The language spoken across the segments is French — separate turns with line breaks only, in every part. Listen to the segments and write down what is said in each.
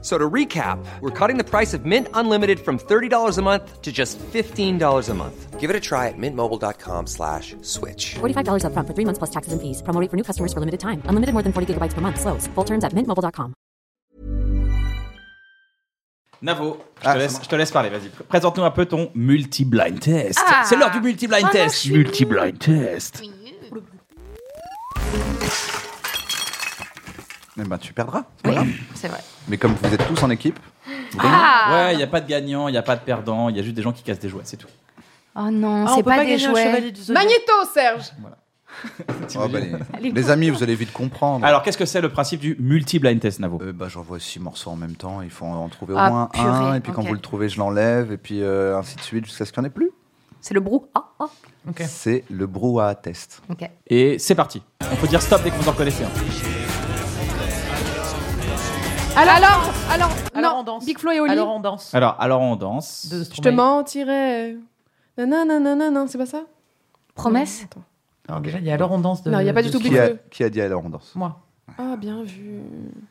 So to recap, we're cutting the price of Mint Unlimited from $30 a month to just $15 a month. Give it a try at mintmobile.com slash switch.
$45 upfront for three months plus taxes and fees. Promo rate for new customers for limited time. Unlimited more than 40 gigabytes per month. Slows. Full terms at mintmobile.com.
Navo, je, te
Ah, c'est
laisse,
moi.
je te laisse parler, vas-y. Pr- Présente-nous un peu ton multi-blind test.
Ah.
C'est l'heure du multi-blind
Ah, non, je
test.
suis
Multi-blind test.
Eh ben, tu perdras. c'est pas grave.
C'est vrai.
Mais comme vous êtes tous en équipe,
Ah.
Ouais, il n'y a pas de gagnant, il n'y a pas de perdant, il y a juste des gens qui cassent des jouets, c'est tout.
Oh non,
Ah, on
c'est pas,
peut pas Bah,
des
gagner au
jouets.
Chevalier du Zodiac.
Magnéto, Serge
oh, bah, les-
Allez,
les, amis, vous allez vite comprendre.
Alors, qu'est-ce que c'est le principe du multi-blind test, Navo
Euh, bah, J'envoie six morceaux en même temps, il faut en trouver au
Ah,
moins
purée,
un, et puis quand
ok.
vous le trouvez, je l'enlève, et puis euh, ainsi de suite jusqu'à ce qu'il n'y en ait plus.
C'est le brou. Ah,
oh,
ah.
C'est le brouhaha test.
Ok.
Et c'est parti. On peut dire stop dès que vous en connaissez. un.
Alors, alors, alors,
Alors
non,
on danse.
Big Flo et Oli.
Alors on danse.
Ah,
Alors, alors on danse.
De
Je te
Stromae.
mentirais. Nanana, nanana, c'est pas ça
Promesse
Attends.
Alors déjà, il y a alors on danse de.
Non, il y a pas du
de
tout
Stromae.
Qui a,
Feu.
qui a dit alors on danse
Moi.
Ah, bien vu.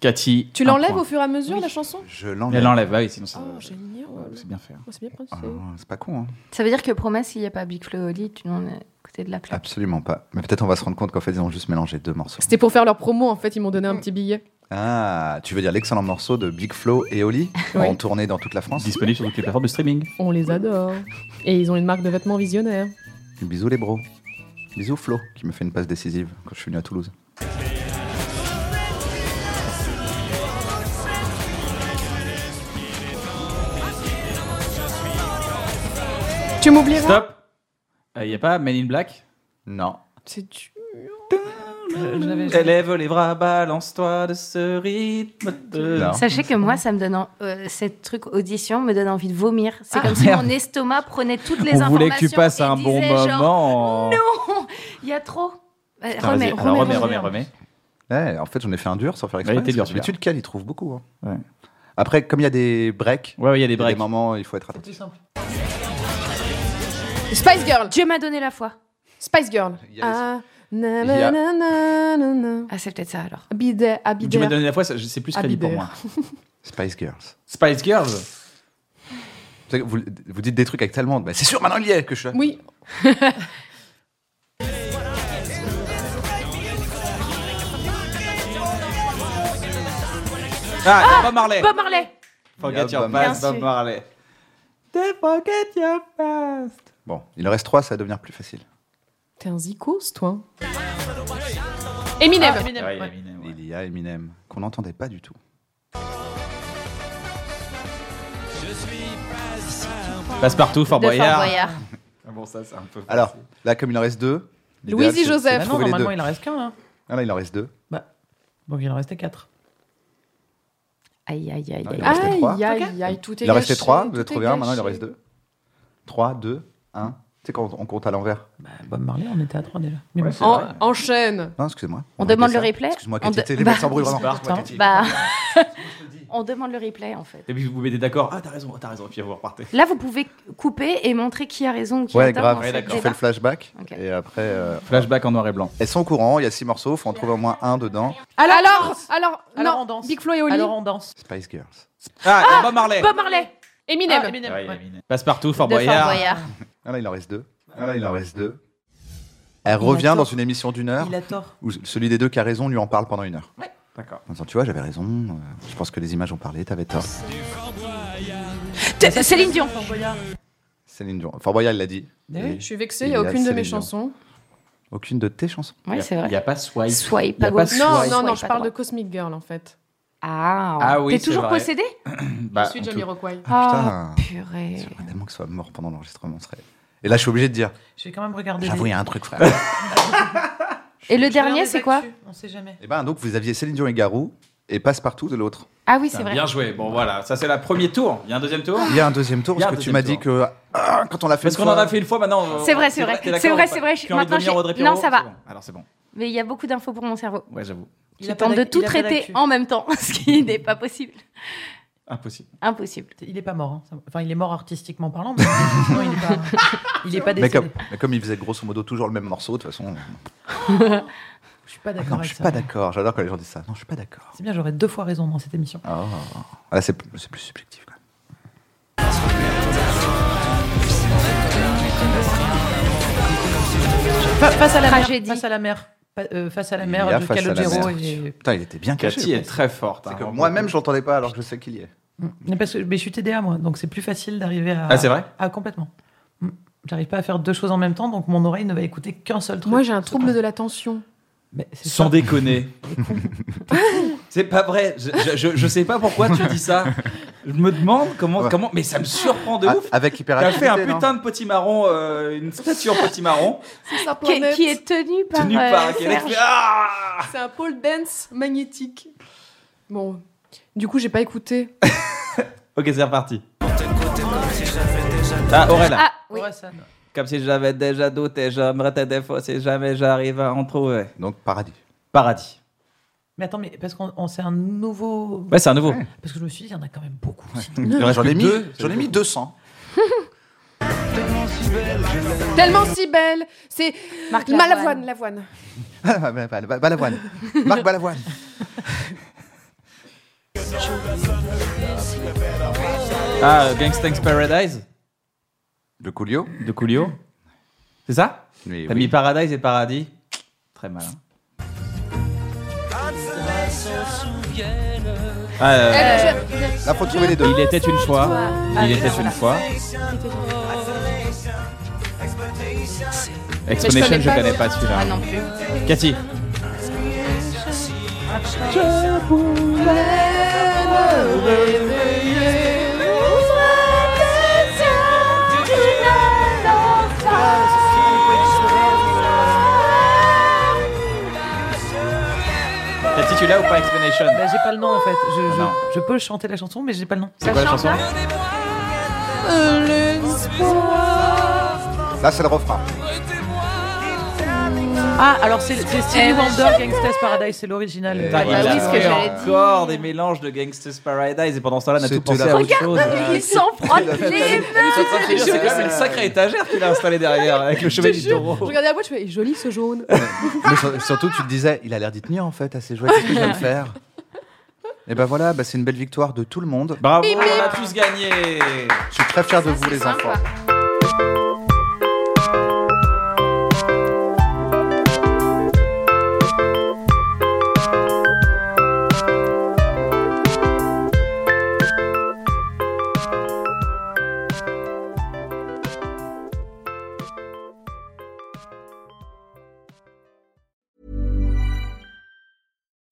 Cathy.
Tu
un
l'enlèves
point.
au fur et à mesure, la chanson
Je
Elle
l'enlève.
l'enlève, ah oui, sinon ça-
Oh,
euh,
génial.
c'est bien fait.
Oh, c'est bien pensé.
Ah, C'est pas con, hein.
Ça veut dire que promesse, il n'y a pas Big Flo et Oli, tu n'en es à côté de la
Ah,
plaque.
absolument pas. Mais peut-être on va se rendre compte qu'en fait, ils ont juste mélangé deux morceaux.
C'était pour faire leur promo, en fait, ils m'ont donné
Mm.
un petit billet.
Ah, tu veux dire l'excellent morceau de Big Flo et Oli
Oui.
en tournée dans toute la France
Disponible sur toutes les plateformes de streaming.
On les adore. Et ils ont une marque de vêtements visionnaire.
Bisous les bros. Bisous Flo, qui me fait une passe décisive quand je suis venu à Toulouse.
Tu m'oublieras
Stop Il n'y a pas Men in Black
Non.
C'est tu.
Euh, je l'avais- je l'avais-
Élève les bras, balance-toi de ce rythme. de-
Non.
Sachez que moi, ça me donne. en- euh, cette truc audition me donne envie de vomir. C'est
Ah,
comme
merde.
si mon estomac prenait toutes les
On
informations.
voulait que tu passes
et
un bon
disait genre,
moment.
Non Il y a trop. Euh,
Putain,
remets,
vas-y, alors
remets,
remets,
remets.
remets, remets.
Ouais, en fait, j'en ai fait un dur sans faire exprès.
Ouais, il était dur,
parce que
celui-là.
D'habitude, Cal, il trouve beaucoup. hein.
Ouais.
Après, comme il y a des breaks,
Ouais, ouais, il y a
il y
des
a des
breaks.
moments, il faut être
C'est
attentif.
plus simple.
Ah,
Spice Girl
Dieu m'a donné la foi.
Spice Girl
Il y a-
Ah, nanana, nanana.
Ah, c'est peut-être ça alors.
Abidé,
Tu m'as
abidé.
donné la fois, ça- c'est plus crédit pour
Habiber.
moi.
Spice Girls.
Spice Girls
Vous, savez, vous- vous dites des trucs avec tellement. de- Bah, c'est sûr, maintenant il y est que je suis là.
Oui,
Ah, il y a Bob Marley
Bob Marley
Forget
Il y a
your
Bob Marley.
past, Bob Marley. Don't forget your past.
Bon, il en reste trois, ça va devenir plus facile.
t'es un zikos, toi.
Ah,
Eminem
Eminem,
Ouais, il est
ouais. Ah
mignon, ouais.
Il y a Eminem, qu'on n'entendait pas du tout.
Passe-partout, Fort
de Fort
Boyard.
Boyard.
Ah Bon, ça, c'est un peu.
Alors, là, comme il en reste deux. l'idéal,
Louis-Y
c'est- c'est de
Joseph.
Bah non,
trouver les
normalement,
deux.
il en reste qu'un. hein.
Ah, là, il en reste deux.
Bah, donc il en restait quatre.
Aïe, aïe, aïe,
Ah,
aïe.
il en restait trois.
Aïe, aïe, aïe, tout est
Il en restait
gâché,
trois, vous
tout
avez trouvé
est
un, maintenant il en
gâché.
reste deux. Trois, deux, un. Tu sais, quand on compte à l'envers.
Bah, Bob Marley, on était à trois déjà. Mais
Ouais,
bon.
c'est vrai.
En, enchaîne.
Non, excusez-moi.
On
va
demande
régler
le
ça.
replay
Excuse-moi,
On
Cathy,
de-
t'es les
Bah-
mecs sans bruit, vraiment.
Attends.
Bah, on demande le replay en fait.
Et puis vous vous mettez d'accord. Ah, t'as raison, t'as raison. Et puis vous repartez.
Là, vous pouvez couper et montrer qui a raison, qui a
Ouais,
tort.
grave.
en
Ouais,
fait.
d'accord.
On fait le flashback.
Ok.
Et après, euh,
Flashback en noir et blanc.
elles sont au courant, il y a six morceaux, faut en trouver au moins un dedans.
Alors, alors, alors,
Alors
non,
on danse.
Big Flo et Oli.
Alors on danse.
Spice Girls.
Ah, il y a Bob Marley.
Bob Marley. Eminem.
Ah, Eminem,
Ouais, il est
ouais.
mignon. Passe-partout, Fort
De Fort
Boyard.
Boyard.
Ah là, il en reste deux. Ah là, il en reste deux. Elle revient
tort.
dans une émission d'une heure
Il a tort.
où celui des deux qui a raison lui en parle pendant une heure.
D'accord.
En disant, tu vois, j'avais raison, euh, je pense que les images ont parlé, t'avais tort.
T- Céline Dion.
Fort Boyard.
Céline Dion. Fort Boyard l'a dit.
Mais
Et
oui.
Je suis vexée, il
Il hein.
n'y a
est
aucune de
assez
mes
mignon.
chansons.
Aucune de tes chansons.
Ouais, c'est
Il n'y
vrai.
a pas Swipe.
Swipe,
Il y a
pas
pas
gauche.
Swipe.
Non,
Ouais,
non,
Swipe,
non, je
pas
parle de
droite.
Cosmic Girl en fait.
Ah,
Ah oui,
T'es
c'est
toujours
vrai.
possédé
Bah,
je suis
en tout-
Jamiroquai.
Ah,
putain.
purée.
J'aimerais tellement que ce soit mort pendant l'enregistrement. ce serait- Et là, je suis obligé de dire,
Je vais quand même regarder.
j'avoue,
les-
il y a un truc, frère.
Et le
Je regarde
dernier,
les
c'est quoi
actus, On sait jamais.
et ben, donc, vous aviez Céline Dion et Garou, et Passepartout de l'autre.
Ah oui, c'est vrai.
Bien joué. Bon, voilà. Ça, c'est le premier tour. Il y a un deuxième tour
Il y a un deuxième tour,
Il y a
parce
un
que tu
deuxième
m'as dit que ah, quand on l'a fait
Parce
une
qu'on en
fois-
a fait une fois maintenant. on-
C'est vrai, c'est vrai.
t'es
C'est
d'accord
vrai,
ou pas
c'est vrai, je-
Tu as envie de
maintenant,
devenir
j'ai-
Audrey
Non,
Pirot
ça va.
C'est bon. Alors c'est bon.
Mais il y a beaucoup d'infos pour mon cerveau.
Ouais, j'avoue.
qui tente de tout traiter en même temps, ce qui n'est pas possible.
Impossible.
Impossible.
Il est pas mort. hein. Ça- Enfin, il est mort artistiquement parlant, mais non, il est pas, il est pas
Mais
décédé.
comme, mais comme il faisait grosso modo toujours le même morceau, de toute façon.
Je suis pas
Ah
d'accord
non,
avec
je suis
ça.
pas d'accord. J'adore quand les gens disent ça. Non, je suis pas d'accord.
C'est bien, j'aurais deux fois raison dans cette émission.
Ah, Ah, là, c'est c'est plus subjectif. Quand même.
Fa- face à la
Tragédie.
mer. Face à la mer. Pa- euh, face à la
Il
mer
y a
de
face à la
Calogero.
mer.
et-
Putain, il était bien caché.
Cathy
le
est
pauvre.
très forte. hein.
C'est que moi-même, j'entendais pas alors que je sais qu'il y est.
Mais parce que mais je suis TDA moi, donc c'est plus facile d'arriver à.
Ah, c'est vrai
Ah complètement. Mm. J'arrive pas à faire deux choses en même temps, donc mon oreille ne va écouter qu'un seul truc.
Moi, j'ai un trouble de l'attention.
Mais c'est
Sans
ça.
déconner. C'est pas vrai. Je, je- je- je sais pas pourquoi tu dis ça. Je me demande comment.
Ouais.
comment mais ça me surprend de
Ah,
ouf.
avec
T'as
hyperactivité.
fait un
non
putain de petit marron, euh, une statue en petit marron,
C'est sa
Qui,
planète.
qui est tenue par.
tenue
euh,
par un Kenneth.
Serge.
Fait, Ah
C'est un pole dance magnétique. Bon. Du coup, j'ai pas écouté.
ok, c'est reparti. Ah, Aurélie.
Ah oui.
Ouais, ça.
Comme si j'avais déjà douté, j'aimerais tes défauts si jamais j'arrive à en trouver.
Donc, paradis.
Paradis.
Mais attends, mais parce qu'on on- c'est un nouveau.
Ouais, c'est un nouveau.
Parce que je me suis dit, il y en a quand même beaucoup.
Il en reste
J'en ai,
plus
mis,
que deux.
j'en ai mis 200.
Tellement si belle. C'est
Marc
Malavoine, l'avoine.
Ah, bah, bah, bah, Balavoine. Marc Balavoine.
Ah, euh, Gangsta's Paradise
Le Coolio.
de Coolio. C'est ça
Mais
T'as
oui.
mis Paradise et Paradis. Très hein. malin. Ah, euh,
Là, faut trouver les deux.
il était une fois. Il était une fois. Explanation, je connais pas celui-là.
Ah non plus.
Cathy. Cathy, tu l'as ou pas Explanation
Bah, j'ai pas le nom en fait. Je, je-
Ah, non.
je peux chanter la chanson, mais j'ai pas le nom.
C'est quoi la chanson
Là, c'est le refrain.
Ah, alors c'est c'est
Eh,
Stevie Wonder, Gangsta's Paradise, c'est l'original.
Eh,
Ah,
bah
oui, ce que j'allais dire.
Encore des mélanges de Gangsta's Paradise et pendant ce temps-là, on a tout
C'était
pensé
la-
à autre chose.
Il s'en frotte les
C'est quand même une sacrée étagère qu'il a installée derrière avec le chevet du
Je
taureau.
regardais la boîte, je fais joli ce jaune.
Mais sur- surtout, tu te disais, il a l'air d'y tenir en fait à ses jouets. Qu'est-ce que je vais me faire Et ben voilà, bah, c'est une belle victoire de tout le monde. Bah,
Bravo, on a tous gagné.
Je suis très fier de vous, les
sympa.
enfants.